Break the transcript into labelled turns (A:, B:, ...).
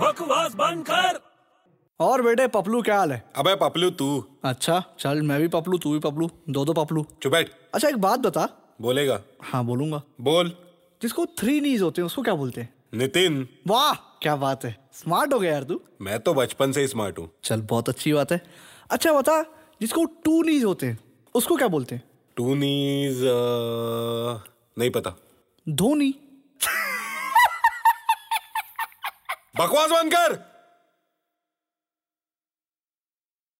A: बकवास बंद कर
B: और बेटे पपलू क्या हाल है
C: अबे पपलू तू
B: अच्छा चल मैं भी पपलू तू भी पपलू दो दो पपलू
C: चुपैट
B: अच्छा एक बात बता
C: बोलेगा
B: हाँ बोलूंगा
C: बोल
B: जिसको थ्री नीज होते हैं उसको क्या बोलते हैं
C: नितिन
B: वाह क्या बात है स्मार्ट हो गया यार तू
C: मैं तो बचपन से ही स्मार्ट हूँ
B: चल बहुत अच्छी बात है अच्छा बता जिसको टू नीज होते हैं उसको क्या बोलते हैं
C: टू नीज नहीं पता
B: धोनी
C: बकवास बंद कर